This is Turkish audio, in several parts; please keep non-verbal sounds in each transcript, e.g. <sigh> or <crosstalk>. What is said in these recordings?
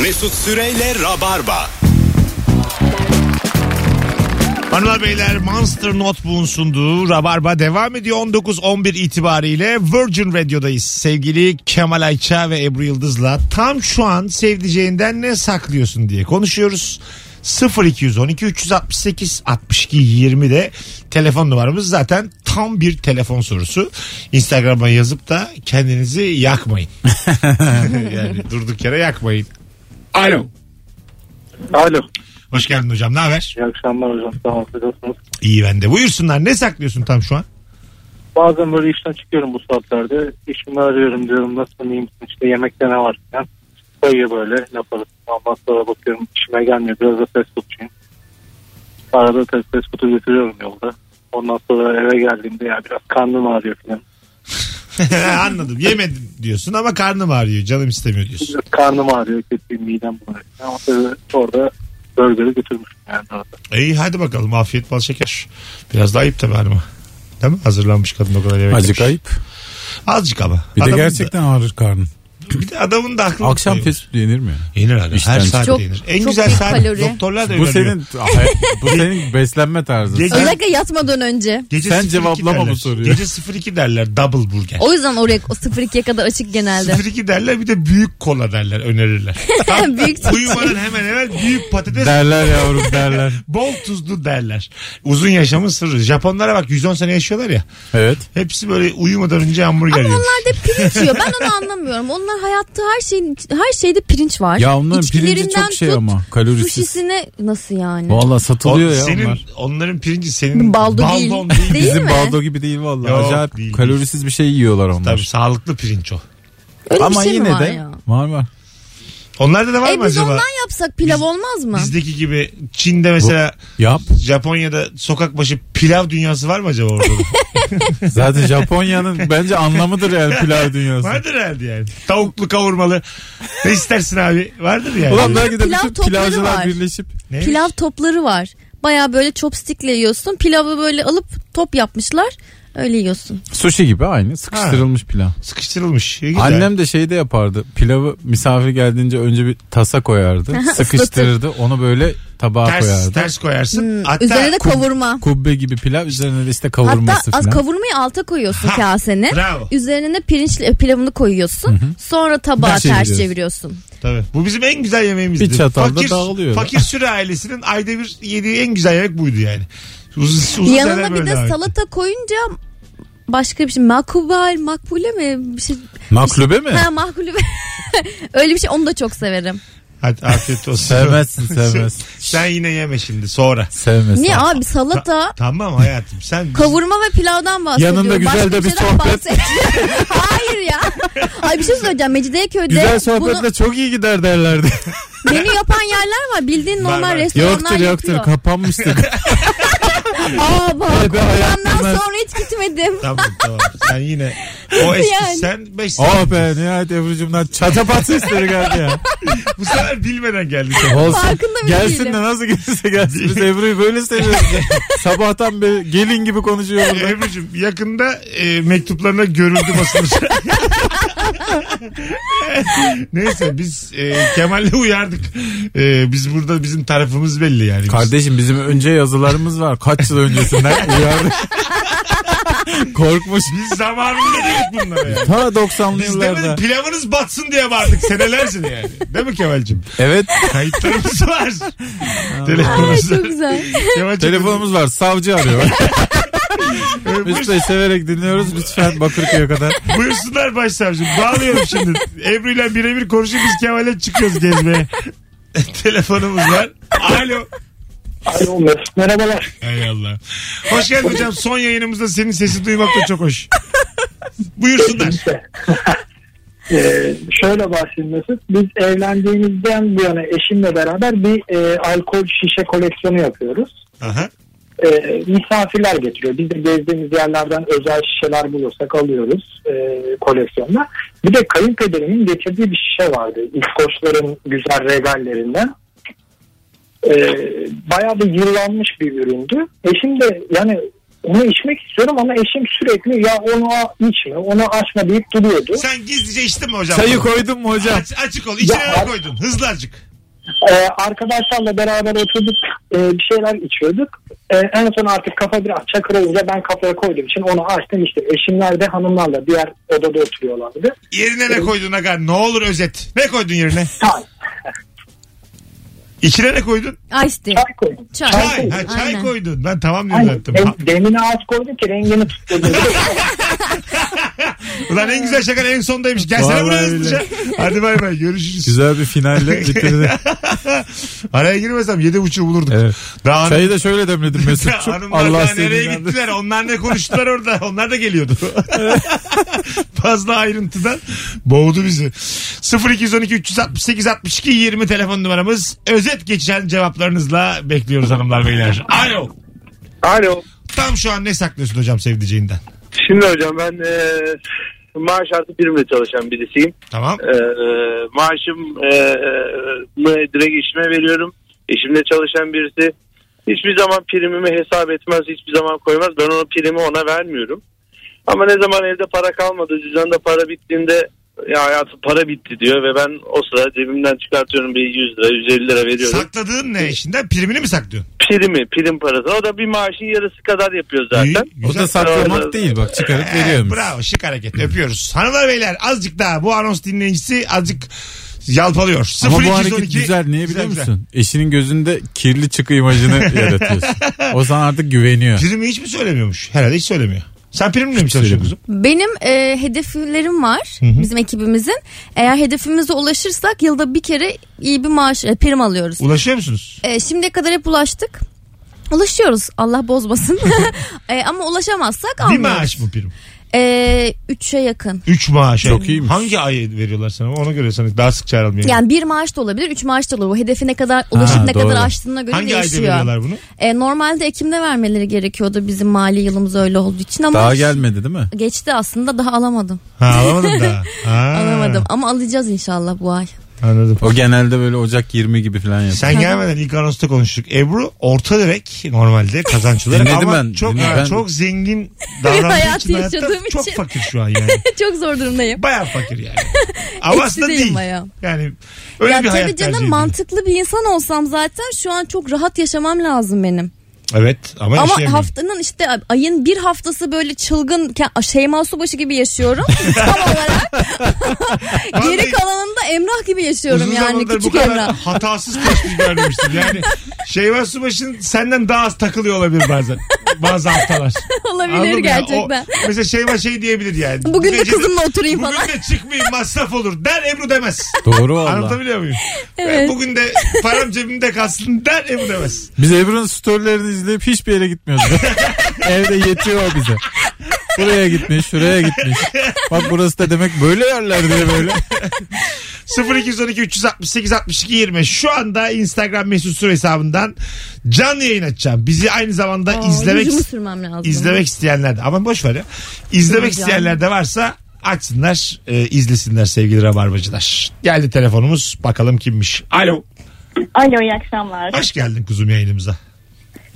Mesut Süreyle Rabarba. Hanımlar beyler Monster Notebook'un sunduğu Rabarba devam ediyor. 19.11 itibariyle Virgin Radio'dayız. Sevgili Kemal Ayça ve Ebru Yıldız'la tam şu an sevdiceğinden ne saklıyorsun diye konuşuyoruz. 0212 368 62 20 de telefon numaramız zaten tam bir telefon sorusu. Instagram'a yazıp da kendinizi yakmayın. yani durduk yere yakmayın. Alo. Alo. Hoş geldin hocam ne haber? İyi akşamlar hocam. Sağ olun. siz nasılsınız? İyi bende. Buyursunlar ne saklıyorsun tam şu an? Bazen böyle işten çıkıyorum bu saatlerde. Eşimi arıyorum diyorum nasılsın iyi misin işte yemekte ne var falan. Sayıyor böyle laf arasında. Ondan sonra bakıyorum işime gelmiyor. Biraz da fast foodçuyum. Arada fast fast food'u götürüyorum yolda. Ondan sonra eve geldiğimde ya biraz karnım ağrıyor falan. <laughs> Anladım. Yemedim diyorsun ama karnım ağrıyor. Canım istemiyor diyorsun. Biraz karnım ağrıyor. Kötü midem bulanıyor. Ama tabii orada burgeri götürmüşüm yani orada. İyi hadi bakalım. Afiyet bal şeker. Biraz da ayıp tabii hanıma. Değil mi? Hazırlanmış kadın o kadar yemek Azıcık yemiş. ayıp. Azıcık ama. Bir de Adamın gerçekten ağrır karnın. Da, bir de adamın da aklı Akşam tutmuyor. fast food yenir mi? Yenir abi. İşten Her çık- saatte Çok- yenir. En çok güzel büyük saat kalori. doktorlar da Bu öyle diyor. senin hayır, bu senin beslenme tarzın. Gece- Özellikle yatmadan önce. Gece Sen 02 cevaplama derler. bu soruyu. Gece 02 derler double burger. O yüzden oraya o 02'ye kadar açık genelde. 02 derler bir de büyük kola derler <laughs> önerirler. Tam Büyük çiçek. Uyumadan hemen hemen büyük patates Derler yavrum <laughs> derler. bol tuzlu derler. Uzun yaşamın sırrı. Japonlara bak 110 sene yaşıyorlar ya. Evet. Hepsi böyle uyumadan önce hamburger Ama yiyor. onlar da pirinç yiyor. Ben onu anlamıyorum. Onlar hayatta her şeyin her şeyde pirinç var. Ya onların pirinci İçkilerinden çok şey tut, ama kalorisiz. Sushisine nasıl yani? Valla satılıyor O- ya senin, onlar. Onların pirinci senin Baldo değil. baldon değil. Değil Bizim mi? baldo gibi değil valla. Yok, Acayip değil. kalorisiz bir şey yiyorlar onlar. Tabii sağlıklı pirinç o. Öyle Ama bir şey mi yine var de ya? var var. Onlarda da var E mı biz acaba? ondan yapsak pilav olmaz mı? Bizdeki gibi Çin'de mesela Yap. Japonya'da sokak başı pilav dünyası var mı acaba orada? Zaten <laughs> Japonya'nın bence anlamıdır yani pilav <laughs> dünyası. Vardır herhalde yani. Tavuklu kavurmalı. Ne istersin abi? Vardır yani. Ulan belki de Pilav bütün topları pilavcılar var. birleşip Ne? Pilav topları var. Baya böyle chopstickle yiyorsun. Pilavı böyle alıp top yapmışlar. Öyle yiyorsun. sushi gibi aynı sıkıştırılmış pilav. Sıkıştırılmış. İyi, güzel. Annem de şeyde yapardı. Pilavı misafir geldiğince önce bir tasa <laughs> koyardı. sıkıştırırdı. Onu böyle tabağa ters, koyardı. ters koyarsın. Hatta Hmm, Üzerine de kavurma. Kubbe gibi pilav üzerine de işte kavurması Hatta az falan. kavurmayı alta koyuyorsun Ha, kasenin. bravo. Üzerine pirinç e, pilavını koyuyorsun. Sonra tabağa Ters çeviriyoruz. ters çeviriyorsun. Tabii. Bu bizim en güzel yemeğimizdi. Bir çatalda dağılıyor. Fakir süre ailesinin ayda bir yediği en güzel yemek buydu yani. Uzun, uzun Yanına sene bir böyle de devam etti. salata koyunca başka bir şey. Makbul, makbule mi? Bir şey. Maklube mi? Ha makbule. <laughs> Öyle bir şey onu da çok severim. Hadi afiyet olsun. Sevmezsin <laughs> sevmez. Sen yine yeme şimdi sonra. Sevmez. Niye abi Ta- salata, tamam hayatım sen kavurma ve pilavdan bahsediyorum. Yanında güzel Başka de bir şeyden sohbet. bahsetmiyorum. <laughs> Hayır ya. Ay bir şey söyleyeceğim. Mecidiyeköy'de Güzel sohbetle bunu çok iyi gider derlerdi. menü yapan yerler var. Bildiğin Var, normal var. restoranlar yoktur yapıyor. <laughs> yoktur kapanmıştır. Aa bak. Öyle bir hayat Ondan bilmez. sonra hiç gitmedim. Tamam tamam sen yine o eski Yani. sen 5 sene. oh be nihayet Ebru'cumdan çatapat sesleri geldi ya. Bu sefer bilmeden geldi. <laughs> sen. Olsun. Farkında bile gelsin değilim. de nasıl gelirse gelsin. Biz Ebru'yu böyle seviyoruz. <laughs> ya. Sabahtan beri gelin gibi konuşuyor burada. Ebru'cum yakında e, mektuplarına görüldü basılır. <laughs> Neyse biz e, Kemal'le uyardık. E, biz burada bizim tarafımız belli yani. Biz- Kardeşim bizim önce yazılarımız var. Kaç yıl öncesinden <laughs> uyardık. Korkmuş. Biz zamanında dedik bunlara yani. Ta 90'lı Biz demedik yıllarda. pilavınız batsın diye vardık senelerce yani. Değil mi Kemal'cim? Evet. Kayıtlarımız var. Ay Telefonumuz çok var. güzel. Kemal'cim, Telefonumuz var. Savcı arıyor. <laughs> e, Biz de severek dinliyoruz. Lütfen Bakırköy'e kadar. Buyursunlar başsavcım. Bağlıyorum şimdi. Ebru ile birebir konuşup biz Kemal'e çıkıyoruz gezmeye. Telefonumuz var. Alo. Alo Mesut merhabalar. Hay Allah. Hoş geldin hocam. Son yayınımızda senin sesi duymak da çok hoş. Buyursunlar. Ee, şöyle bahsedeyim Mesut. Biz evlendiğimizden bu yana eşimle beraber bir e, alkol şişe koleksiyonu yapıyoruz. Aha. E, misafirler getiriyor. Biz de gezdiğimiz yerlerden özel şişeler bulursak alıyoruz e, koleksiyonla. Bir de kayınpederimin getirdiği bir şişe vardı. İskoçların güzel regallerinden. E, bayağı da yıllanmış bir üründü. Eşim de yani Onu içmek istiyorum ama eşim sürekli ya onu a- içme, onu açma deyip duruyordu. Sen gizlice içtin mi hocam? Çayı koydun mu hocam? Aç- açık ol. İçine Ya- ne koydun? Hızlı açık. Ee, arkadaşlarla beraber oturduk, e, bir şeyler içiyorduk. E, en son artık kafa biraz çakır olunca ben kafaya koyduğum için onu açtım işte. Eşimler de hanımlarla diğer odada oturuyorlardı. Yerine ne koydun aga? Ne olur özet. Ne koydun yerine? Çay, İçine ne koydun? Ice tea. çay koydum. Çay. Çay. Ha, çay Aynen. koydun. Ben tamam diye Aynen. uzattım. Ha- Dem- Demini az koydum ki rengini tutturdum. Ulan en güzel şaka en sondaymış. Gelsene Vallahi buraya öyle. hızlıca. <laughs> Hadi bay bay görüşürüz. Güzel bir finalle bitirdi. Araya girmesem yedi buçuğu bulurduk. Evet. Daha hanım- Çayı da şöyle demledim Mesut'cum. Hanımlar Allah daha nereye seni gittiler? Onlar ne konuştular orada? <laughs> Onlar <laughs> da geliyordu. Fazla ayrıntıdan boğdu bizi. 0212 368 62 20 telefon numaramız. Özet geçen cevaplarınızla bekliyoruz hanımlar beyler. Alo. Alo. Tam şu an ne saklıyorsun hocam sevdiceğinden? Şimdi hocam ben e, maaş artı birimle çalışan birisiyim. Tamam. Ee, E, maaşım e, mı direkt işime veriyorum. İşimde çalışan birisi. Hiçbir zaman primimi hesap etmez, hiçbir zaman koymaz. Ben onun primi ona vermiyorum. Ama ne zaman evde para kalmadı, cüzdanda para bittiğinde ya hayatım para bitti diyor ve ben o sıra cebimden çıkartıyorum bir 100 lira, 150 lira veriyorum. Sakladığın ne işinden? Primini mi saklıyorsun? primi, prim parası. O da bir maaşın yarısı kadar yapıyor zaten. O İyi, güzel. da saklamak Doğru. değil bak çıkarıp Ee, veriyormuş. Bravo şık hareket öpüyoruz. Hanımlar beyler azıcık daha bu anons dinleyicisi azıcık yalpalıyor. Ama bu 0212 hareket güzel niye biliyor güzel. musun? Eşinin gözünde kirli çıkı <laughs> imajını yaratıyorsun. O zaman artık güveniyor. Primi hiç mi söylemiyormuş? Herhalde hiç söylemiyor. Sen primle mi çalışıyorsun kuzum? Benim e, hedeflerim var bizim ekibimizin. Eğer hedefimize ulaşırsak yılda bir kere iyi bir maaş e, prim alıyoruz. Ulaşıyor musunuz? E, şimdiye kadar hep ulaştık. Ulaşıyoruz Allah <laughs> bozmasın. E, ama ulaşamazsak Bir almıyoruz. maaş mı prim? E, üçe yakın. Üç maaş. Çok iyiymiş. Hangi ay veriyorlar sana? Ona göre sana daha sık çağıralım. Yani. Yani bir maaş da olabilir, üç maaş da olabilir. Bu hedefi ne kadar ulaşıp Ha, ne doğru. kadar aştığına göre Hangi ayda değişiyor. veriyorlar bunu? E, normalde Ekim'de vermeleri gerekiyordu bizim mali yılımız öyle olduğu için ama Daha gelmedi değil mi? geçti aslında daha alamadım. Ha <laughs> alamadım daha. Ha, Alamadım ama alacağız inşallah bu ay. Anladım. O genelde böyle Ocak 20 gibi falan yapıyor. Sen gelmeden ilk anonsta konuştuk. Ebru orta direk normalde kazanç olarak Dinledim ama ben, çok dinledim. ha, Ben- <laughs> çok zengin davrandığı Hayatı için hayatta yaşadığım çok için. fakir şu an <laughs> yani. <laughs> Çok zor durumdayım. Baya <laughs> fakir yani. Ama aslında Eksideyim değil. bayağı. Yani öyle ya bir hayat tabii canım tercih ediyor. mantıklı bir insan olsam zaten şu an çok rahat yaşamam lazım benim. Evet ama, Ama yaşayamıyorum. haftanın işte ayın bir haftası böyle çılgın ke- Şeyma Subaşı gibi yaşıyorum <laughs> tam <laughs> olarak. Vallahi Geri kalanında Emrah gibi yaşıyorum Uzun yani zamandır bu küçük kadar Emrah. <laughs> hatasız tespih görmemiştim. Yani Şeyma Subaş'ın senden daha az takılıyor olabilir bazen. Bazı haftalar. Anladın Olabilir mı? gerçekten. O, mesela Şeyma şey diyebilir yani. Bugün de Gece kızımla oturayım Bugün falan. de çıkmayayım masraf olur der Ebru demez. Doğru valla. Anlatabiliyor muyum? Evet. Bugün de param cebimde kalsın der Ebru demez. Biz Ebru'nun storylerini izleyip hiçbir yere <laughs> gitmiyoruz. Evde yetiyor o bize. Buraya gitmiş, şuraya gitmiş. Bak burası da demek böyle yerler diye <laughs> böyle. 0212 368 62 20 şu anda Instagram mesut süre hesabından canlı yayın açacağım. Bizi aynı zamanda Aa, <laughs> izlemek yüzümü sürmem lazım. izlemek isteyenler de ama boş ver ya. İzlemek Canlı. isteyenler de varsa açsınlar, e, izlesinler sevgili rabarbacılar. Geldi telefonumuz. Bakalım kimmiş. Alo. Alo iyi akşamlar. Hoş geldin kuzum yayınımıza.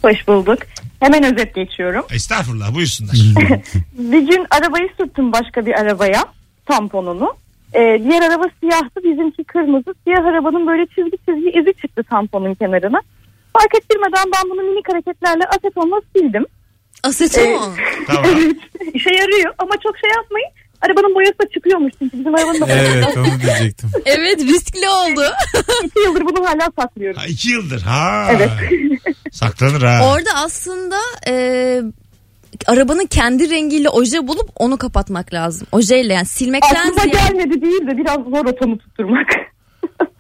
Hoş bulduk. Hemen özet geçiyorum. Estağfurullah buyursunlar. Bir gün arabayı sürttüm başka bir arabaya tamponunu. Ee, diğer araba siyahtı bizimki kırmızı. Siyah arabanın böyle çizgi çizgi izi çıktı tamponun kenarına. Fark ettirmeden ben bunu minik hareketlerle asetonla sildim. Aseton. <laughs> tamam. İşe yarıyor ama çok şey yapmayın. Arabanın boyası da çıkıyormuş çünkü bizim arabanın da boyası Evet onu diyecektim. evet riskli oldu. iki yıldır bunu hala saklıyorum. Ha, iki yıldır. Ha. Evet. Saklanır ha. Orada aslında e, arabanın kendi rengiyle oje bulup onu kapatmak lazım. Ojeyle yani silmekten Aklıma ziyade- gelmedi değil de biraz zor o tonu tutturmak.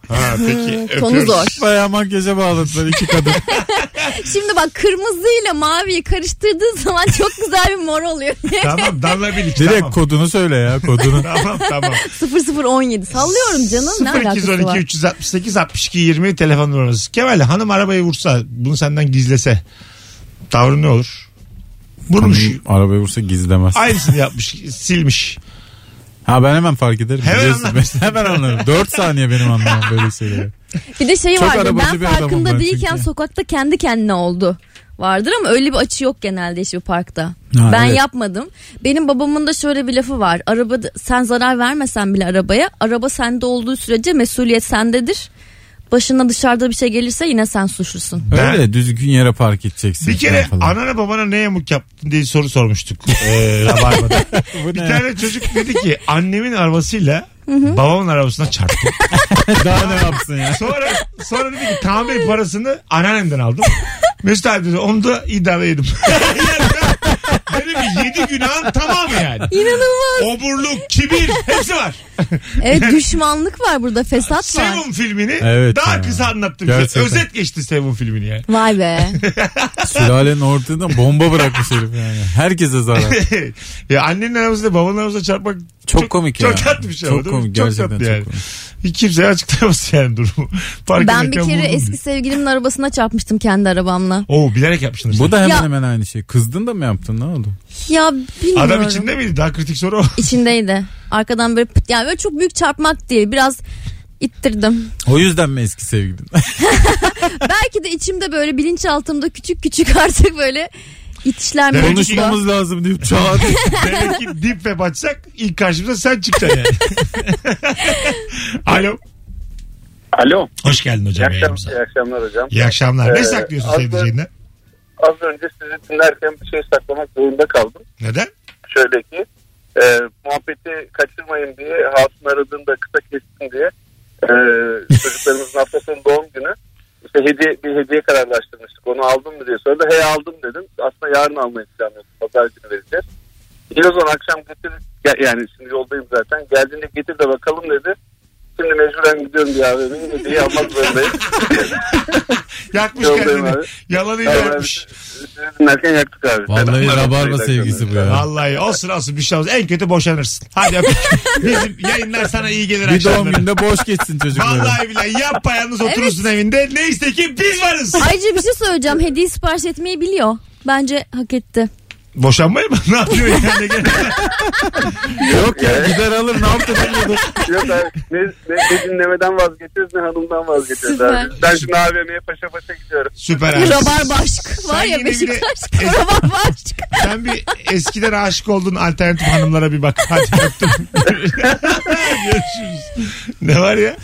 ha peki. Hmm, konu öpüyoruz. zor. Bayağı makyaja bağladılar iki kadın. Şimdi bak kırmızıyla maviyi karıştırdığın zaman <laughs> çok güzel bir mor oluyor. <laughs> Tamam Damla Bilik. Direkt tamam. kodunu söyle ya kodunu. tamam <laughs> tamam. 0017 sallıyorum canım ne alakası 0212 var? 368 62 20 telefon numaranız. Kemal hanım arabayı vursa bunu senden gizlese tavrın ne olur? Vurmuş. Hani Arabayı vursa gizlemez. Aynısını yapmış silmiş. Ha ben hemen fark ederim. Hemen Biliyorsun, anlarsın. ben hemen anlarım. 4 saniye benim anlamam böyle şeyleri. Bir de şey Çok vardı arabacı ben bir adamım farkında ben değilken çünkü. sokakta kendi kendine oldu. vardır ama öyle bir açı yok genelde hiçbir parkta. Ha, ben evet. yapmadım. Benim babamın da şöyle bir lafı var. Araba sen zarar vermesen bile arabaya, araba sende olduğu sürece mesuliyet sendedir. Başına dışarıda bir şey gelirse yine sen suçlusun. Öyle düzgün yere park edeceksin. Bir kere falan. anana babana ne yamuk yaptın diye soru sormuştuk. Ee, Rabarba'da. <laughs> Bu bir ne? tane çocuk dedi ki annemin arabasıyla babamın arabasına çarptı. Daha ne yapsın ya? Sonra, sonra dedi ki tamir parasını anneannemden aldım. Mesut abi dedi onu da idare yedim. <laughs> Benim yedi günahın tamamı yani. İnanılmaz. Oburluk, kibir hepsi var. Evet <laughs> düşmanlık var burada, fesat Şey var. Seven filmini Evet daha ya. kısa anlattım. Gerçekten. Özet geçti Seven filmini yani. Vay be. Sülalenin ortasında bomba bırakmış herif yani. Herkese zarar. <laughs> ya annenin arabasıyla babanın arabasına çarpmak Çok komik çok ya. tatlı bir şey ama Çok değil mi? komik Çok gerçekten tatlı çok yani. komik. Hiç kimseye açıklayamaz yani durumu. <laughs> Fark ben bir ederken kere vurdum eski diye. sevgilimin arabasına çarpmıştım kendi arabamla. Oo bilerek yapmışsınız. Bu da hemen Ya- hemen aynı şey. Kızdın da mı yaptın ne oldu? Ya bilmiyorum. Adam içinde miydi? Daha kritik <laughs> soru o. İçindeydi. Arkadan böyle pıt- yani böyle çok büyük çarpmak diye biraz <laughs> ittirdim. O yüzden mi eski sevgilin? Belki de içimde böyle bilinçaltımda küçük küçük <laughs> artık böyle itişler Evet. mevcut. Konuşmamız lazım deyip çağırdı. Demek ki dip ve batsak ilk karşımıza sen çıkacaksın <laughs> yani. Alo. Alo. Hoş geldin hocam. yayınımıza. akşamlar hocam. İyi akşamlar. Ne Ee, saklıyorsun aslında- sevdiceğinden? Az önce sizi dinlerken bir şey saklamak zorunda kaldım. Neden? Şöyle ki e, muhabbeti kaçırmayın diye hatun aradığında kısa kessin diye e, çocuklarımızın haftasının doğum günü işte hediye, bir hediye kararlaştırmıştık. Onu aldın mı diye sordu. He aldım dedim. Aslında yarın almayı planlıyoruz. Pazar günü vereceğiz. Yine o zaman akşam getir ya- yani şimdi yoldayım zaten. Geldiğinde getir de bakalım dedi. Şimdi mecburen gidiyorum diye AVM'ye hediye almak zorundayım. Yakmış Yoldayım kendini. abi. Yalanıyla Abi, yakmış. sizi dinlerken yaktık abi. Vallahi Selamlar. rabarba sevgisi bu ya. Vallahi olsun olsun bir şey olmaz. En kötü boşanırsın. Hadi öptük. <laughs> Bizim yayınlar sana iyi gelir Bir doğum akşamları. günde boş geçsin çocukların. Vallahi billahi yapma yalnız oturursun evinde. Neyse ki biz varız. Ayrıca bir şey söyleyeceğim. Hediye sipariş etmeyi biliyor. Bence hak etti. Boşanmayı mı? Ne yapıyor <laughs> yani? Yok ya gider alır ne yaptı bilmiyorum. Yok abi ne, ne, ne dinlemeden vazgeçiyoruz ne hanımdan vazgeçiyoruz Süper. abi. Ben şimdi AVM'ye paşa paşa gidiyorum. Süper abi. Rabarba aşk var yine ya bir de- Beşiktaş. <laughs> Rabarba aşk. Sen bir eskiden aşık olduğun alternatif hanımlara bir bak. Hadi <laughs> öptüm. Görüşürüz. Ne var ya?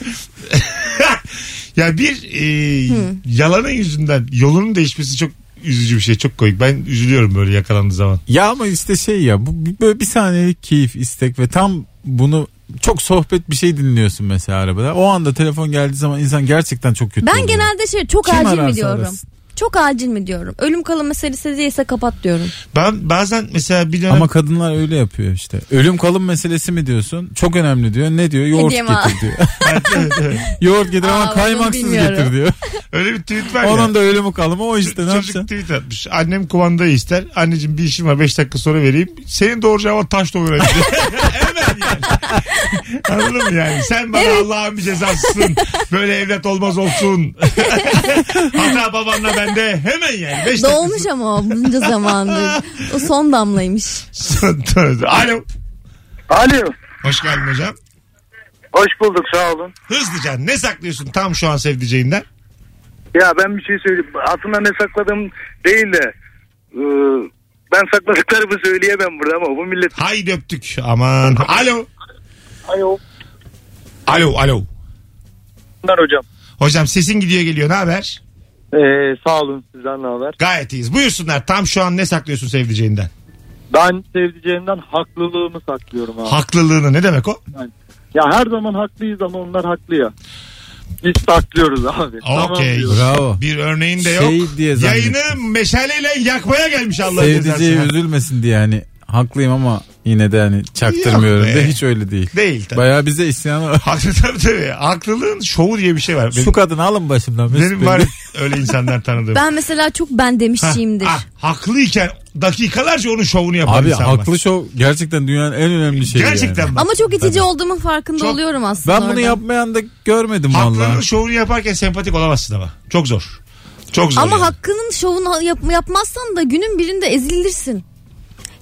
<laughs> ya bir e, yalanın yüzünden yolunun değişmesi çok üzücü bir şey. Çok komik. Ben üzülüyorum böyle yakalandığı zaman. Ya ama işte şey ya bu bir- böyle bir saniyelik keyif istek ve tam bunu çok sohbet bir şey dinliyorsun mesela arabada. O anda telefon geldiği zaman insan gerçekten çok kötü Ben oluyor. genelde şey çok Kim acil mi ararsa diyorum. arasın. Çok acil mi diyorum. Ölüm kalım meselesi değilse kapat diyorum. Ben bazen mesela bir dönem... Ama kadınlar öyle yapıyor işte. Ölüm kalım meselesi mi diyorsun? Çok önemli diyor. Ne diyor? Yoğurt Hediye mi al? getir diyor. <laughs> Evet, evet. <laughs> Yoğurt getir Aa, ama bunu kaymaksız bilmiyorum. getir <laughs> diyor. Öyle bir tweet var ya. Onun da ölümü kalımı o işte ne Çocuk yapacaksın? tweet atmış. Annem kumandayı ister. Anneciğim bir işim var 5 dakika sonra vereyim. Senin doğuracağı ama taş doğru <laughs> Hemen yani. Anladın mı yani? Sen bana Allah'ın bir cezasısın. Böyle evlat olmaz olsun. Hata babanla bende. Hemen yani. 5 dakika <laughs> Doğmuş ama o bunca zamandır. O son damlaymış. sonra. Alo. Alo. Hoş geldin hocam. Hoş bulduk sağ olun. Hızlıca ne saklıyorsun tam şu an sevdiceğinden? Ya ben bir şey söyleyeyim. Aslında ne sakladığım değil de e, ben sakladıklarımı söyleyemem burada ama bu millet. Haydi öptük. Aman. Alo. Alo. Alo. Alo. Bunlar hocam. Ee, Hocam sesin gidiyor geliyor. Ne haber? sağ olun sizden ne haber? Gayet iyiyiz. Buyursunlar. Tam şu an ne saklıyorsun sevdiceğinden? Ben sevdiceğimden haklılığımı saklıyorum abi. Haklılığını ne demek o? ya her zaman haklıyız ama onlar haklı ya. Biz saklıyoruz abi. Okey. Bravo. Bir örneğin de yok. Şey diye zannettim. Yayını meşaleyle yakmaya gelmiş Allah Sevdiceği cezası. üzülmesin diye yani haklıyım ama yine de hani çaktırmıyorum Yok be. de hiç öyle değil. Değil tabii. Bayağı bize isyan var. Haklı tabii tabii. Haklılığın şovu diye bir şey var. Şu Benim, kadını alın başımdan. Mesut benim Bey. var öyle insanlar tanıdığım. Ben mesela çok ben Ha, demişçiyimdir. ha, haklıyken dakikalarca onun şovunu yapan Abi insan var. haklı şov gerçekten dünyanın en önemli şeyi. Gerçekten yani. bak. Ama çok itici olduğumun farkında Çok- oluyorum aslında. Ben bunu orada. yapmayan da görmedim Haklının valla. şovunu yaparken sempatik olamazsın ama. Çok zor. Çok zor. Ama yani. hakkının şovunu yap- yapmazsan da günün birinde ezilirsin.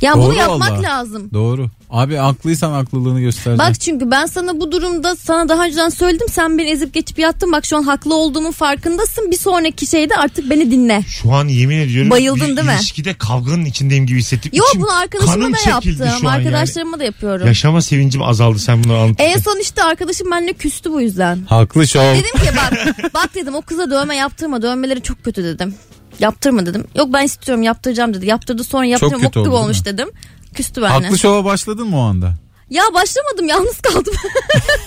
Ya bunu Doğru yapmak valla. lazım. Doğru. Abi haklıysan haklılığını göster. Bak çünkü ben sana bu durumda sana daha önceden söyledim. Sen beni ezip geçip yattın. Bak şu an haklı olduğumun farkındasın. Bir sonraki şeyde artık beni dinle. Şu an yemin ediyorum Bayıldın bir değil mi? ilişkide kavganın içindeyim gibi hissettim. Yo İçim bunu kanım arkadaşıma da çekildi şu yaptım. an yani. Arkadaşlarıma da yapıyorum. Yaşama sevincim azaldı sen bunu anlatınca. En son işte arkadaşım benimle küstü bu yüzden. Haklı <laughs> şov. Dedim ki bak bak dedim o kıza dövme yaptırma dövmeleri çok kötü dedim. Yaptırma dedım. Yok ben istiyorum yaptıracağım dedi. Yaptırdı sonra yaptırma kötü mok gibi oldu, değil olmuş dedim. Küstü benimle. Haklı şova başladın mı o anda? Ya başlamadım yalnız kaldım.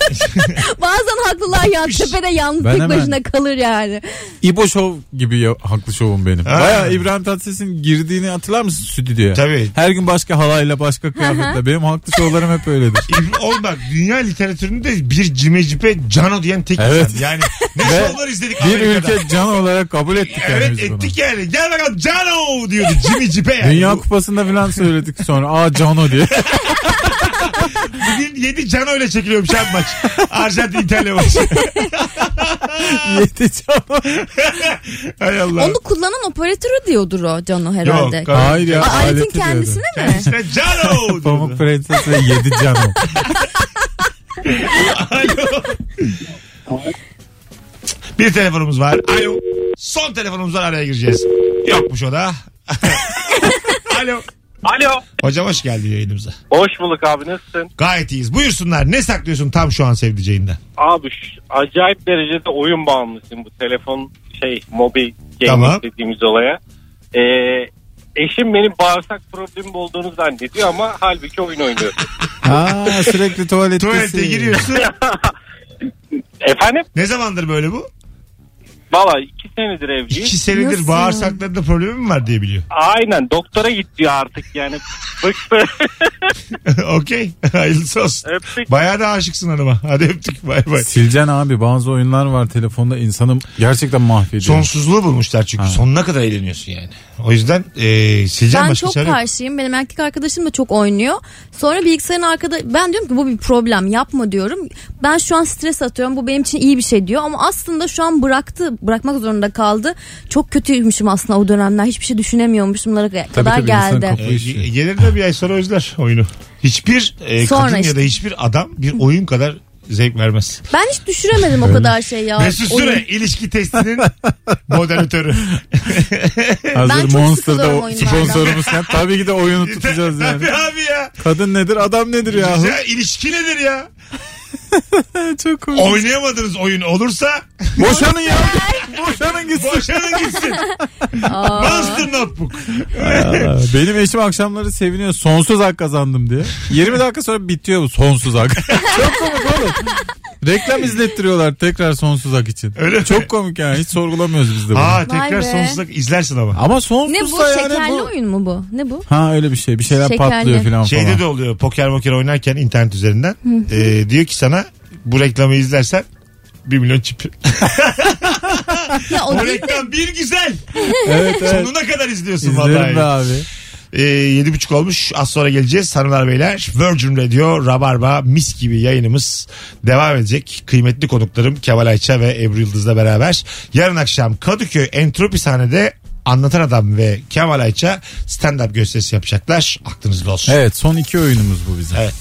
<laughs> Bazen haklılar ya tepede yalnız Ben tek hemen- başına kalır yani. İbo şov gibi ya, haklı şovum benim. Ha. Baya İbrahim Tatlıses'in girdiğini hatırlar mısın stüdyoya? Tabii. Her gün başka halayla başka kıyafetle. benim haklı şovlarım hep öyledir. <laughs> İbn- <laughs> Oğlum bak dünya literatüründe bir cime cipe cano diyen tek Evet. <laughs> insan. Yani ne Ve şovlar izledik Bir Amerika'da. ülke can olarak kabul ettik yani Evet biz bunu. ettik yani. Gel bakalım cano diyordu cimi cipe yani. Dünya Bu- Kupası'nda falan söyledik sonra. Aa Cano <laughs> diye. <laughs> Bugün 7 cano ile çekiliyormuş abi <laughs> maç. Arjantin İtalya maçı. <laughs> Yedi Cano. Hay Allah. Onu kullanan operatörü diyordur o Cano herhalde. Yok, Hayır ya. Aa, Aletin aleti diyorum. kendisine mi? Kendisine <laughs> cano diyordu. Pamuk Prenses ve Yedi <laughs> Cano. Alo. Bir telefonumuz var. Alo. Son telefonumuz var araya gireceğiz. Yokmuş o da. <laughs> Alo. Alo. Hocam hoş geldin yayınımıza. Hoş bulduk abi nasılsın? Gayet iyiyiz. Buyursunlar. Ne saklıyorsun tam şu an sevdiceğinden? Abi şu- acayip derecede oyun bağımlısın bu telefon şey mobil gaming Tamam. dediğimiz olaya. Ee, eşim benim bağırsak problemim olduğunu zannediyor ama halbuki oyun <laughs> oynuyor. Aa sürekli tuvalette. Tuvalete giriyorsun. Efendim? <laughs> ne zamandır böyle bu? Valla iki senedir evliyiz. İki senedir Nasıl? bağırsaklarında problemi mi var diye biliyor. <laughs> Aynen doktora gitti artık yani. Bıktı. <laughs> Okey. Hayırlısı olsun. Öptük. Bayağı da aşıksın hanıma. Hadi öptük. Bay bay. Silcen abi bazı oyunlar var telefonda insanım gerçekten mahvediyor. Sonsuzluğu bulmuşlar çünkü. Ha. Sonuna kadar eğleniyorsun yani. O yüzden e, sileceğim Ben başka çok şey çare yok. karşıyım. Benim erkek arkadaşım da çok oynuyor. Sonra bilgisayarın arkada ben diyorum ki bu bir problem yapma diyorum. Ben şu an stres atıyorum. Bu benim için iyi bir şey diyor. Ama aslında şu an bıraktı. Bırakmak zorunda kaldı. Çok kötüymüşüm aslında o dönemler. Hiçbir şey düşünemiyormuşum. Bunlara kadar Tabii tabii, insanın geldi. kafası- E, ge- gelir de bir ay sonra özler oyunu. Hiçbir e, Sonra kadın ya işte. da hiçbir adam bir oyun kadar zevk vermez. Ben hiç düşüremedim o Öyle. kadar şey ya. Mesut Oyun. <laughs> Süre <laughs> ilişki testinin moderatörü. Ben Hazır çok Monster'da sıkılıyorum o- oyunlardan. sponsorumuzken tabii ki de oyunu tutacağız <laughs> yani. Abi abi ya. Kadın nedir adam nedir ya? Ya ilişki nedir ya? Çok komik. Oynayamadığınız oyun olursa Boşanın ya. Boşanın gitsin. boşanın <laughs> gitsin. Aa. Monster Notebook. Aa, Benim eşim akşamları seviniyor. Sonsuz hak kazandım diye. 20 dakika sonra bitiyor bu sonsuz hak. <laughs> Çok komik oğlum. Reklam izlettiriyorlar tekrar sonsuz hak için. Öyle mi? Çok komik yani. Hiç sorgulamıyoruz biz de bunu. Ha Vay tekrar be. sonsuza izlersin ama. Ama Ne bu sonsuzsa yani şekerli bu. oyun mu bu? Ne bu? Ha öyle bir şey. Bir şeyler Şekerli. patlıyor falan Şeyde falan. de oluyor poker poker oynarken internet üzerinden e, diyor ki sana bu reklamı izlersen 1 <laughs> milyon çip. Ya o O değil de reklam bir güzel. Evet evet. Sonuna kadar izliyorsun İzlerim be vallahi. abi. Ee, Yedi buçuk olmuş. Az sonra geleceğiz. Hanımlar beyler Virgin Radio Rabarba mis gibi yayınımız devam edecek. Kıymetli konuklarım Kemal Ayça ve Ebru Yıldız'la beraber. Yarın akşam Kadıköy Entropi sahnede Anlatan Adam ve Kemal Ayça stand-up gösterisi yapacaklar. Aklınızda olsun. Evet son iki oyunumuz bu bizim. Evet.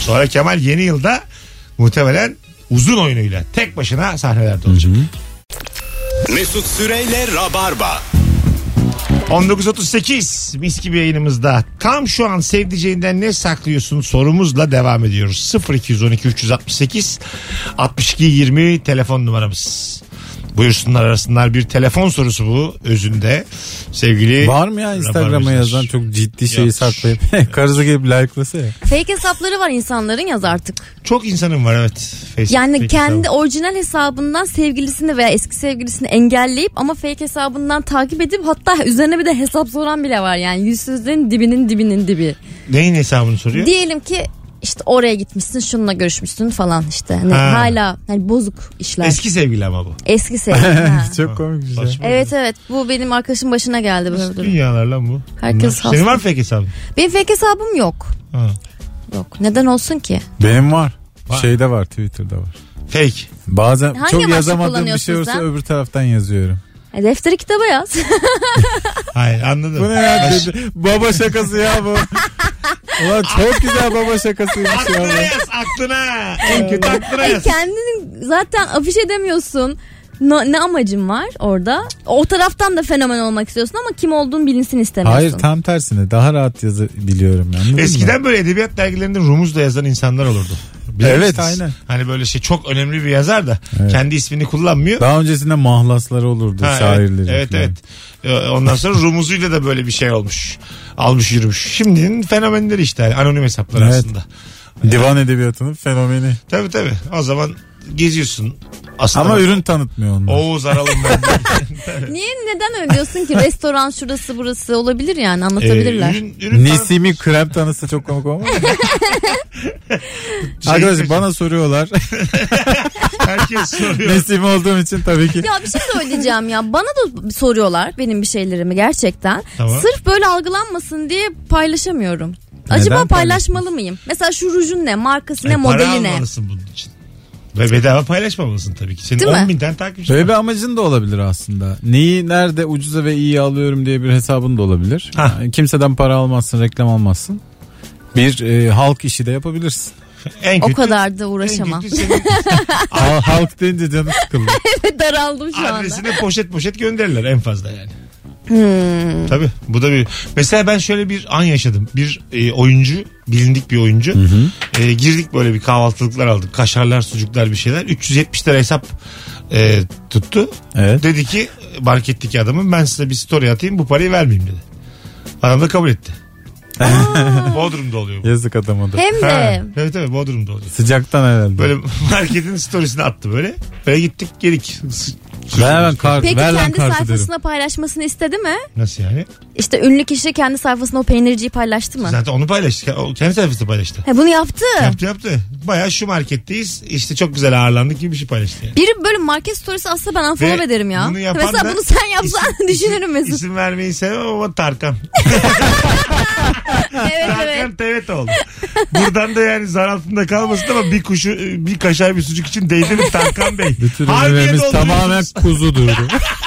Sonra Kemal yeni yılda muhtemelen uzun oyunuyla tek başına sahnelerde olacak. Mesut Süreyle Rabarba. 19.38 mis gibi yayınımızda tam şu an sevdiceğinden ne saklıyorsun sorumuzla devam ediyoruz. 0212 368 62 20 telefon numaramız. Buyursunlar arasınlar bir telefon sorusu bu özünde. Sevgili Var mı ya Instagram'a Rabarbacılar. yazan çok ciddi şeyi Yok. saklayıp <laughs> karısı gelip like'lasa ya. fake hesapları var insanların yaz artık. Çok insanım var evet. Facebook, Yani Facebook kendi hesabı. orijinal hesabından sevgilisini veya eski sevgilisini engelleyip ama fake hesabından takip edip hatta üzerine bir de hesap soran bile var yani yüzsüzlerin dibinin dibinin dibi. Neyin hesabını soruyor? Diyelim ki işte oraya gitmişsin şununla görüşmüşsün falan işte. Hani Ha. hala hani bozuk işler. Eski, Eski sevgili ama bu. sevgili. ha. <laughs> çok komik bir şey. Saçma. evet evet bu benim arkadaşım başına geldi böyle durum. şey Dünyalar lan bu. Herkes Bunlar. Senin hasta. var mı fake hesabın? Benim fake hesabım yok. Ha. Yok. Neden olsun ki? Benim var. Var. Şeyde var Twitter'da var. Fake. Bazen Hangi çok amaçla yazamadığım bir şey kullanıyorsunuz olursa lan? öbür taraftan yazıyorum. E, defteri kitaba yaz. Hayır anladım. Bu ne ya? Baş- Dedi. Baba şakası ya bu. Ulan çok güzel baba şakasıymış ya Aklına bu. yaz aklına. En kötü aklına Ay, yaz. kendini zaten afiş edemiyorsun. No- ne amacın var orada? O taraftan da fenomen olmak istiyorsun ama kim olduğun bilinsin istemiyorsun. Hayır tam tersine daha rahat yazabiliyorum ben. anladın mı? Eskiden böyle edebiyat dergilerinde rumuzla yazan insanlar olurdu. Bilir Evet, misiniz? aynen. Hani böyle şey çok önemli bir yazar da kendi ismini kullanmıyor. daha öncesinde mahlasları olurdu Ha, şairlerin. Evet falan. evet. Ee, Ondan sonra rumuzuyla da böyle bir şey olmuş. Almış yürümüş. Şimdinin fenomenleri işte yani anonim hesaplar Evet. aslında. Divan edebiyatının fenomeni. Tabii tabii. O zaman geziyorsun. Aslında Ama ürün tanıtmıyor onlar. <laughs> Oğuz Aral'ın ben. Niye neden öyle diyorsun <laughs> ki? Restoran şurası burası olabilir yani Ee, anlatabilirler. ürün, ürün tanı- Nesimi krem tanısı çok komik olmaz mı? Şey- Arkadaşlar bana soruyorlar. Herkes soruyor. Nesimi olduğum için tabii ki. Ya bir şey söyleyeceğim ya. Bana da soruyorlar benim bir şeylerimi gerçekten. Tamam. Sırf böyle algılanmasın diye paylaşamıyorum. Neden Acaba paylaş- paylaşmalı mıyım? Mesela şu rujun ne, markası ne, Ay, Hani para modeli ne? almalısın bunun için. Ve bedava paylaşmamalısın tabii ki. Senin Değil mi? 10 bin tane takipçin Böyle var. bir amacın da olabilir aslında. Neyi nerede ucuza ve iyi alıyorum diye bir hesabın da olabilir. Hah. Yani kimseden para almazsın, reklam almazsın. Bir e, halk işi de yapabilirsin. En O kötü- kadar da en uğraşamam. kötü senin Ha- halk deyince canı sıkıldı. <laughs> Daraldım şu anda. adresine poşet poşet gönderirler en fazla yani. Hmm. Tabii bu da bir mesela ben şöyle bir an yaşadım bir e, oyuncu bilindik bir oyuncu E, girdik böyle bir kahvaltılıklar aldık kaşarlar sucuklar bir şeyler 370 lira hesap e, tuttu Evet. dedi ki marketteki adamın ben size bir story atayım bu parayı vermeyeyim dedi adam da kabul etti <laughs> Bodrum'da oluyor bu. Yazık adama da. Hem de Ha, evet evet Bodrum'da oluyor Sıcaktan herhalde. böyle <laughs> marketin storiesini attı böyle böyle gittik geldik ver hemen kart, Peki ver lan kendi kartı derim. sayfasına paylaşmasını istedi mi? nasıl yani İşte ünlü kişi kendi sayfasına o peynirciyi paylaştı mı? Zaten onu paylaştık. O kendi sayfasında paylaştı. He, bunu yaptı. Yaptı yaptı. Baya şu marketteyiz. İşte çok güzel ağırlandık gibi bir şey paylaştı yani. Biri böyle market storiesi aslında ben unfollow Ve ederim ya. bunu yapan Mesela da- bunu sen yapsan <laughs> düşünürüm Mesut. İsim vermeyi sevmem ama Tarkan. evet evet. Tarkan Tevet oldu. Buradan da yani zar altında kalmasın ama bir kuşu bir kaşar bir sucuk için değdi mi Tarkan Bey? <laughs> Bütün Harbiye ürünlerimiz dolduruyorsunuz. tamamen kuzudur.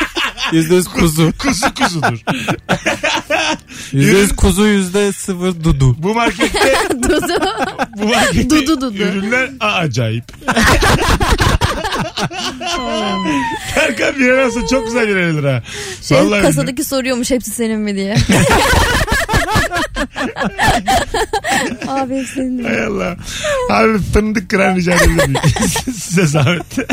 <laughs> Yüzde yüz kuzu. Kuzu kuzudur. <laughs> Yüzde yüz kuzu yüzde sıfır dudu. Bu markette <laughs> Dudu. bu <laughs> markette Dudu dudu. ürünler <laughs> a- acayip. Tarkan bir arası çok güzel bir lira. ha. Şey, Vallahi kasadaki soruyormuş hepsi senin mi diye. <laughs> Abi hepsi senin mi? Hay Allah. Abi fındık kıran rica edebilir miyim? <laughs> Size zahmet.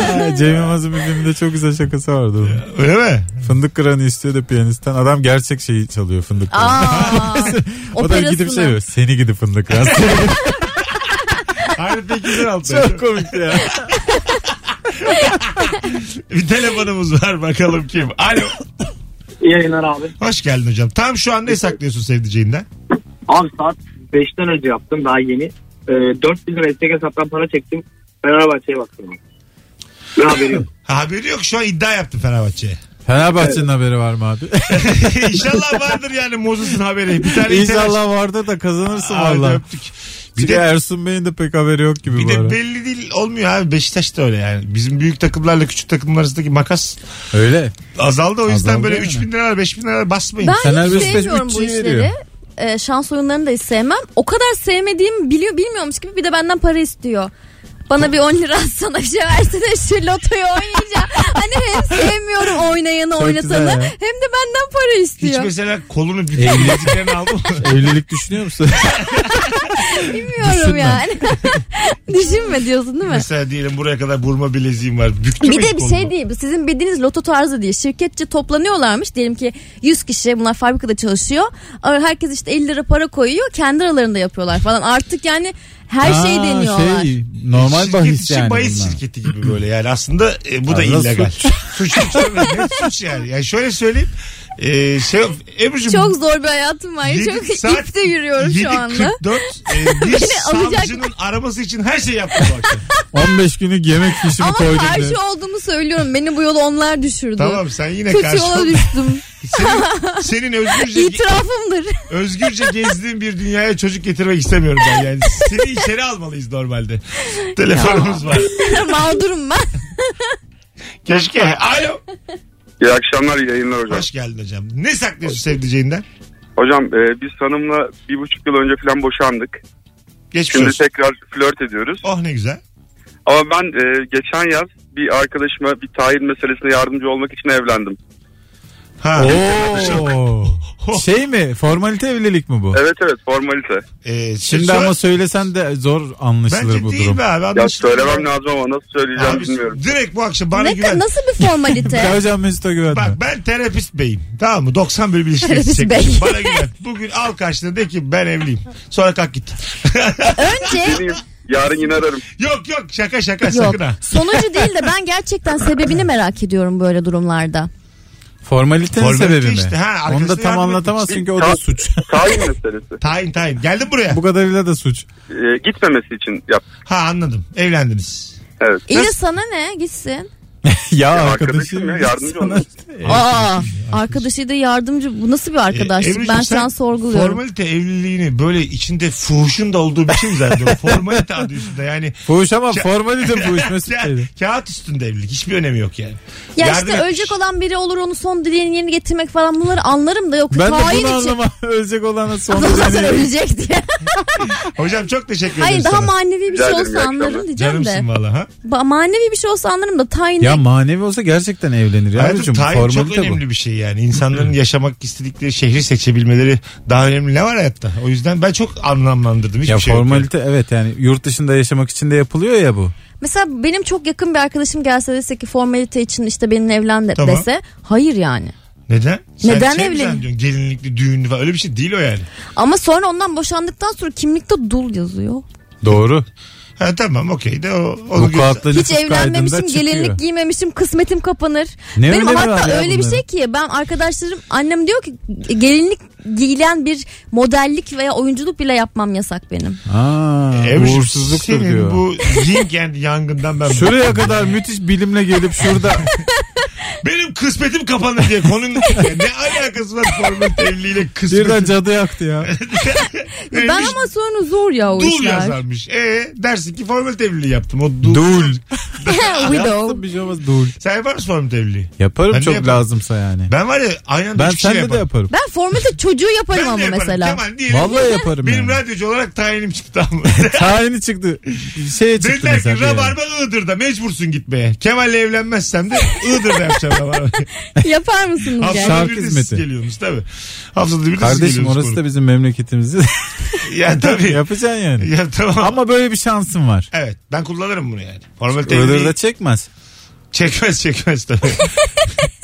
Ha, Cem Yılmaz'ın bir filmde çok güzel şakası vardı. onun. Öyle mi? Fındık kıranı istiyor da piyanistten. Adam gerçek şeyi çalıyor fındık kıranı. Aa, o da gidip şey diyor. Seni gidip fındık <laughs> kıran. Abi pek güzel aldı. çok komik ya. Bir telefonumuz var bakalım kim. Alo. İyi yayınlar abi. Hoş geldin hocam. Tam şu an ne saklıyorsun sevdiceğinden? Abi saat 5'ten önce yaptım daha yeni. Ee, 4 bin lira istek hesaptan para çektim. Fenerbahçe'ye baktım. abi. Ne haberi yok. Ha, Haberi yok şu an iddia yaptım <laughs> Fenerbahçe'ye. Fenerbahçe'nin haberi var mı abi? İnşallah vardır yani Mozes'in haberi. Bir tane <laughs> İnşallah vardır da kazanırsın Abi valla. öptük. Bir de Ersun Bey'in de pek haberi yok gibi Bir bu ara. de belli değil olmuyor abi Beşiktaş da öyle yani. Bizim büyük takımlarla küçük takımlar arasındaki makas Öyle. azaldı o yüzden Azaldı böyle yani. 3000 bin lira 5 bin lira basmayın. Ben Fener hiç Beşiktaş sevmiyorum bu bütçeyi işleri. veriyor. Ee, şans oyunlarını da hiç sevmem. O kadar sevmediğimi biliyor, bilmiyormuş gibi bir de benden para istiyor. Bana bir 10 lira sana bir şey versene şu lotoyu oynayacağım. Hani hem sevmiyorum oynayanı Çok oynatanı güzel ya. hem de benden para Hiç istiyor. mesela kolunu bütün bileziklerini aldın mı? <laughs> Evlilik düşünüyor musun? Bilmiyorum düşünme. yani. <laughs> Düşünme diyorsun değil mi? Mesela diyelim buraya kadar burma bileziğim var. Büktüm Bir hiç de bir şey kolumu. değil. Sizin bildiğiniz loto tarzı diye şirketçe toplanıyorlarmış. Diyelim ki 100 kişi bunlar fabrikada çalışıyor. Ara- Herkes işte 50 lira para koyuyor. Kendi aralarında yapıyorlar falan. Artık yani <laughs> her şeyi Aa, deniyorlar. şey, normal Şirket bahis içi yani. bahis bunlar. şirketi gibi böyle yani aslında e, bu da Aslında illegal. suç. <laughs> Suç suç, ne suç yani. yani şöyle söyleyeyim. E, şey, Ebru'cum, Çok zor bir hayatım var. yedi Çok saat- ipte yürüyorum şu anda. 7.44 <laughs> e, bir alacak. savcının araması için her şey yaptım bu <laughs> akşam. 15 günlük yemek fişimi Ama koydum. karşı diye. olduğumu söylüyorum. Beni bu yola onlar düşürdü. tamam sen yine Kötü karşı. yola <laughs> düştüm. Senin, senin özgürce, İtirafımdır. <laughs> özgürce gezdiğin bir dünyaya çocuk getirmek istemiyorum ben yani. Seni içeri <laughs> almalıyız normalde. Telefonumuz var. Mağdurum ben. Keşke. Alo. İyi akşamlar iyi yayınlar hocam. Hoş geldin hocam. Ne saklıyorsun sevdiceğinden? Hocam e, biz hanımla bir buçuk yıl önce falan boşandık. Geçmiş Şimdi olsun. tekrar flört ediyoruz. Oh ne güzel. Ama ben e, geçen yaz bir arkadaşıma bir tayin meselesine yardımcı olmak için evlendim. Ha. Oh. Oo. <laughs> şey mi? Formalite evlilik mi bu? Evet evet formalite. Ee, Şimdi sonra- ama söylesen de zor anlaşılır Bence bu değil durum. be abi. Ya anlaşılır. söylemem lazım ama nasıl söyleyeceğim Abi, bilmiyorum. direkt bu akşam bana Ne- güven. nasıl bir formalite? Hocam Mesut'a güvenme. Bak ben terapist beyim. Tamam mı? 90 bölüm ilişkisi Terapist bey. çekmişim. Bana güven. Bugün al karşına de ki ben evliyim. Sonra kalk git. Önce Bilmiyorum. Yarın yine ararım. yok yok şaka şaka yok. sakın ha. Sonucu değil de ben gerçekten sebebini merak ediyorum böyle durumlarda. Formalitenin Formalite sebebi işte, mi? ha, arkasına Onu da tam yardım anlatamaz etmek. çünkü o da suç. <laughs> Tayin meselesi. Tayin tayin. Geldin buraya. bu kadarıyla da <laughs> suç. E, gitmemesi için yap. Ha anladım. Evlendiniz. Evet. İyi de sana ne gitsin. ya arkadaşım arkadaşım ya, yardımcı olun. <laughs> Aa, arkadaşı da yardımcı. Bu nasıl bir arkadaşlık? Ebru'cum ben E, Ee, sen şu an sorguluyorum. Formalite evliliğini böyle içinde fuhuşun da olduğu bir şey <laughs> mi zannediyorsun? formalite adı üstünde yani. Fuhuş ama formalite <laughs> fuhuş Mesut Ka- dedi. kağıt üstünde evlilik. Hiçbir önemi yok yani. Ya Yardım işte et. ölecek olan biri olur onu son dileğini yerine getirmek falan bunları anlarım da yok. Ben de tayin bunu için. anlamam. <laughs> Ölecek olana son Adam <laughs> zaten dediğini- ölecek diye. Hocam çok tekkür Hayır ederim daha sana. manevi bir Rica şey ederim, olsa iyi akşamlar. anlarım diyeceğim de. Canımsın valla ha. Ba- Manevi bir şey olsa anlarım da tayin Ya manevi olsa gerçekten evlenir. Ya Hayatım Abicim, tayin çok formalite bu. önemli bir şey <laughs> yani. İnsanların yaşamak istedikleri şehri seçebilmeleri daha önemli ne var hayatta? O yüzden ben çok anlamlandırdım. Hiçbir Ya şey yok. formalite evet yani yurt dışında yaşamak için de yapılıyor ya bu. Mesela benim çok yakın bir arkadaşım gelse dese ki formalite için işte benimle evlen de Tamam. dese hayır yani. Neden? Neden şey mi evlen- zannediyorsun? Gelinlikli, düğünlü falan öyle bir şey değil o yani. Ama sonra ondan boşandıktan sonra kimlikte dul yazıyor. Doğru. Ha tamam okey de o, onu Bu kağıtlı Hiç nüfus kaydında evlenmemişim, çıkıyor. gelinlik giymemişim, kısmetim kapanır. Ne Benim önemi var hatta ya öyle bir bunların? şey ki ben arkadaşlarım annem diyor ki gelinlik giyilen bir modellik veya oyunculuk bile yapmam yasak benim. Aa, Ebru'cum, uğursuzluktur senin diyor. bu yin yang yangından ben Şuraya kadar müthiş bilimle gelip şurada <laughs> benim kısmetim kapanır diye <laughs> konunun ne alakası var formalite evliliğiyle birden kısmetim cadı yaktı <laughs> ya. Ben Neymiş? ama sonra zor ya o Dul <laughs> işler. yazarmış. E dersin ki formalite evliliği yaptım. O dul. Dul. Widow. bir şey olmaz dul. Sen yapar mısın formalite evliliği? Yaparım Ben de çok yaparım. lazımsa yani. Ben var ya aynı anda Ben üç kişiyle sende de yaparım. yaparım. Ben formalite çocuğu yaparım Ben de ama yaparım. mesela. Kemal diyelim Vallahi yaparım Benim <laughs> yani. radyocu olarak tayinim çıktı tamam mı? Tayini <laughs> çıktı. Şeye çıktı <laughs> Dediler mesela. ki bir yere. Rabarba Iğdır'da mecbursun gitmeye. Kemal'le evlenmezsem de Iğdır'da yapacağım Rabarba. <laughs> Yapar şey? mısınız yani? <laughs> Haftada Şarkı bir de siz hizmeti. geliyorsunuz tabii. Haftada bir de siz Kardeşim geliyorsunuz. orası da bizim memleketimiz. konuk. Ya <laughs> <laughs> tabii. Yapacaksın yani. <laughs> ya tamam. Ama böyle bir şansın var. Evet ben kullanırım bunu yani. Formalite Iğdır'da evliliği çekmez. çekmez <laughs> çekmez tabii.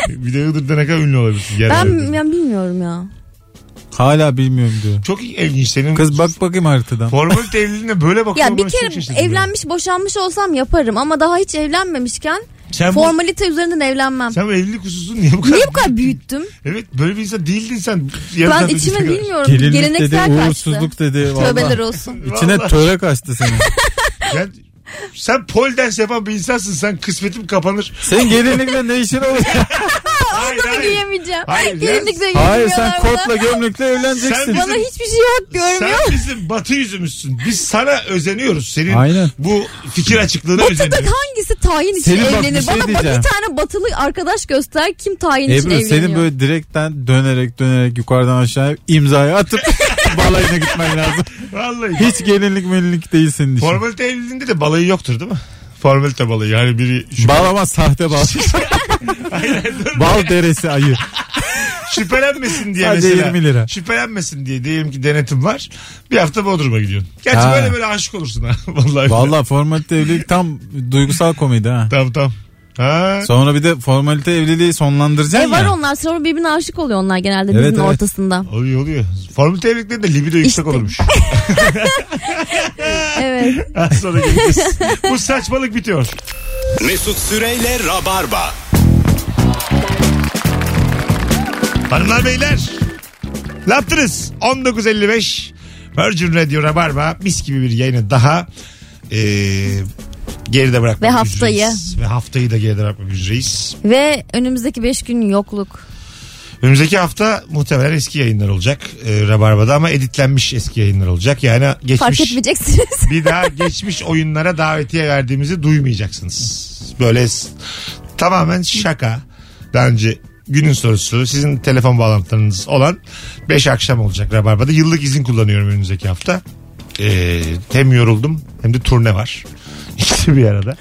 bir de Iğdır'da ne kadar ünlü olabilirsin. gerçekten. Ben, ben bilmiyorum ya. Hala bilmiyorum diyor. Çok ilginç senin. Kız bak bakayım haritadan. Formalite evliliğine böyle bakıyor. Ya bir kere evlenmiş boşanmış olsam yaparım ama daha hiç evlenmemişken Sen bu- formalite üzerinden evlenmem. Sen bu evlilik hususunu niye bu kadar... Niye bu kadar büyüttüm? Evet böyle bir insan değildin sen. Ben Yarıdan içime ötesine kadar. bilmiyorum. Gelinlik dedi, Geleneksel kaçtı. uğursuzluk dedi. Tövbeler Vallahi. olsun. İçine Vallahi. töre kaçtı senin. Yani sen pole dance yapan bir insansın. Sen kısmetim kapanır. Senin gelinlikle <laughs> ne işin olur? hayır, Bunu giyemeyeceğim. Hayır, Gelinlik de Hayır sen giymiyorlar kotla bana. gömlekle evleneceksin. Bana hiçbir şey hak görmüyor. Sen bizim batı yüzümüzsün. Biz sana özeniyoruz. Senin Aynen. bu fikir açıklığına Batı'da özeniyoruz. hangisi tayin için Senin bak bir evlenir? şey bana bak diyeceğim. bir tane batılı arkadaş göster kim tayin için Ebru evleniyor. senin böyle direkten dönerek dönerek yukarıdan aşağıya imzayı atıp <laughs> balayına gitmen lazım. Vallahi. Hiç gelinlik melinlik değil senin için. Formalite evliliğinde de balayı yoktur değil mi? Formalite balayı. Hani biri şüphe- <laughs> Bal ama sahte bal. bal deresi ayı. şüphelenmesin diye Sadece mesela. 20 lira. Şüphelenmesin diye diyelim ki denetim var. Bir hafta Bodrum'a gidiyorsun. Gerçi Ha. böyle böyle aşık olursun ha. <laughs> Vallahi. Valla formalite evlilik tam duygusal komedi ha. Tamam tamam. Ha. Sonra bir de formalite evliliği E sonlandıracaksın var ya. onlar sonra birbirine aşık oluyor onlar genelde Evet, dizinin evet. ortasında. Oluyor oluyor. Formalite evliliklerinde libido yüksek olurmuş. Evet. <laughs> Az sonra geleceğiz. Bu saçmalık bitiyor. Mesut Süreyle Rabarba. Hanımlar beyler. Ne yaptınız? 19.55 Virgin Radio Rabarba mis gibi bir yayını daha ee, geride bırakmak Ve haftayı. üzereyiz. Ve haftayı da geride bırakmak üzereyiz. Ve önümüzdeki 5 gün yokluk. Önümüzdeki hafta muhtemelen eski yayınlar olacak ee, Rabarba'da ama editlenmiş eski yayınlar olacak. Yani geçmiş... Fark şey- etmeyeceksiniz. <laughs> bir daha geçmiş oyunlara davetiye verdiğimizi duymayacaksınız. Böyle s- tamamen şaka. Daha önce günün sorusu sizin telefon bağlantılarınız olan 5 akşam olacak Rabarba'da. Yıllık izin kullanıyorum önümüzdeki hafta. Ee, hem yoruldum hem de turne var. <laughs> İkisi bir arada.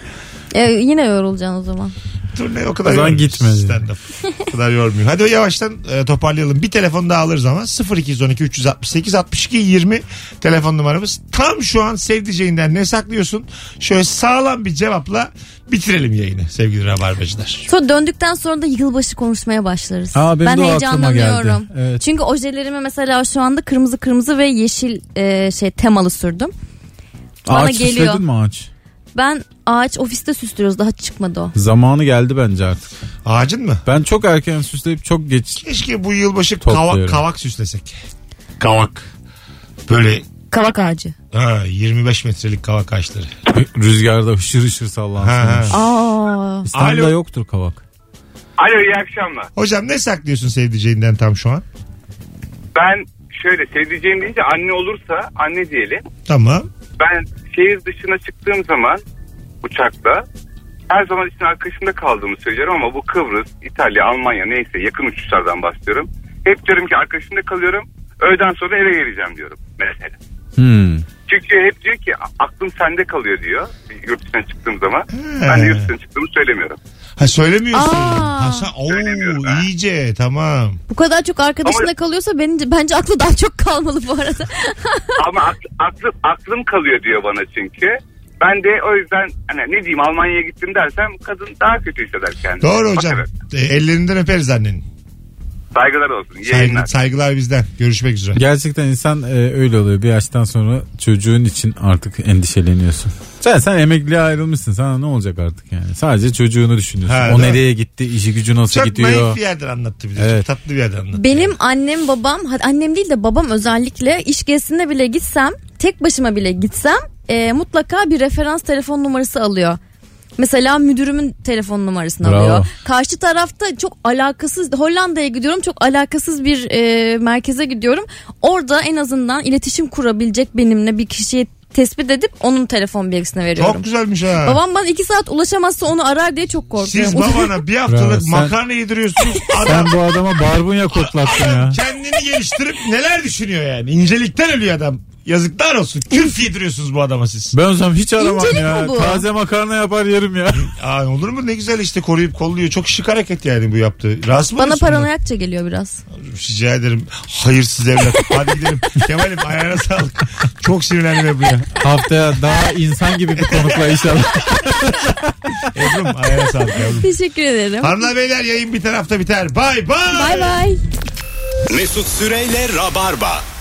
E, yine yorulacaksın o zaman. Turne o kadar O zaman yormuyor. gitmedi. Stand-up. o kadar yormuyor. Hadi yavaştan e, toparlayalım. Bir telefon daha alırız ama 0212 368 62 20 telefon numaramız. Tam şu an sevdiceğinden ne saklıyorsun? Şöyle sağlam bir cevapla bitirelim yayını sevgili Rabarbacılar. Sonra döndükten sonra da yılbaşı konuşmaya başlarız. Aa, benim ben de o aklıma geldi. heyecanlanıyorum. Evet. Çünkü ojelerimi mesela şu anda kırmızı kırmızı ve yeşil e, şey temalı sürdüm. Bana ağaç geliyor. süsledin mi ağaç? Ben ağaç ofiste süslüyoruz daha çıkmadı o. Zamanı geldi bence artık. Ağacın mı? Ben çok erken süsleyip çok geç. Keşke bu yılbaşı kavak, Topluyorum. kavak süslesek. Kavak. Böyle Kavak ağacı. ha, 25 metrelik kavak ağaçları. <laughs> Rüzgarda hışır hışır sallansın. Ha, ha. Aa. İstanbul'da Alo. yoktur kavak. Alo iyi akşamlar. Hocam ne saklıyorsun sevdiceğinden tam şu an? Ben şöyle sevdiceğim deyince anne olursa anne diyelim. Tamam. Ben şehir dışına çıktığım zaman uçakla her zaman için arkadaşımda kaldığımı söylüyorum ama bu Kıbrıs, İtalya, Almanya neyse yakın uçuşlardan bahsediyorum. Hep diyorum ki arkadaşımda kalıyorum. Öğleden sonra eve geleceğim diyorum mesela. Hmm. Çünkü hep diyor ki aklım sende kalıyor diyor yurt dışına çıktığım zaman. He. Ben de yurt dışına çıktığımı söylemiyorum. Ha söylemiyorsun. Aa. Ha, sen, Söylemiyorum, ha. oo, iyice tamam. Bu kadar çok arkadaşına Ama- kalıyorsa bence, bence aklı daha çok kalmalı bu arada. Ama akl- aklım, aklım kalıyor diyor bana çünkü. Ben de o yüzden hani ne diyeyim Almanya'ya gittim dersem kadın daha kötü hisseder kendini. Doğru hocam. Bakarak. E, ellerinden öperiz annenin. Saygılar olsun. iyi yayınlar. Saygı, saygılar bizden. Görüşmek üzere. Gerçekten insan e, öyle oluyor. Bir yaştan sonra çocuğun için artık endişeleniyorsun. Sen, sen emekliye ayrılmışsın. Sana ne olacak artık yani? Sadece çocuğunu düşünüyorsun. Ha, o değil mi? nereye gitti? işi gücü nasıl Çok naif gidiyor? bir yerden anlattı bize. Çok Evet. tatlı bir yerden anlattı. Benim annem babam hadi annem değil de babam özellikle iş gezisine bile gitsem tek başıma bile gitsem e, mutlaka bir referans telefon numarası alıyor. Mesela müdürümün telefon numarasını Bravo. alıyor. Karşı tarafta çok alakasız Hollanda'ya gidiyorum çok alakasız bir e, merkeze gidiyorum. Orada en azından iletişim kurabilecek benimle bir kişiyi tespit edip onun telefon bilgisini veriyorum. Çok güzelmiş ha. Babam bana iki saat ulaşamazsa onu arar diye çok korkuyorum. Siz babana bir haftalık Bravo, sen- makarna yediriyorsunuz. Sen Adam bu adama barbunya koklattın ya. kendini geliştirip neler düşünüyor yani. İncelikten ölüyor adam. Yazıklar olsun. Kürf yediriyorsunuz bu adama siz. Ben olsam hiç aramam İncelik ya. mi bu? Taze makarna yapar yerim ya. Aa, olur mu? Ne güzel işte koruyup kolluyor. Çok şık hareket yani bu yaptığı. Rahatsız mı Bana oluyorsun bundan? paranoyakça geliyor biraz. Rica ederim. Hayırsız evlat. Hadi gidelim. Kemal'im ayağına sağlık. Çok sinirlendim Ebru'ya. Haftaya daha insan gibi bir konukla inşallah. Ebru'm ayağına sağlık yavrum. Teşekkür ederim. Hanımlar beyler yayın bir tarafta biter. Bay bay. Bay bay. Mesut Süreyle Rabarba.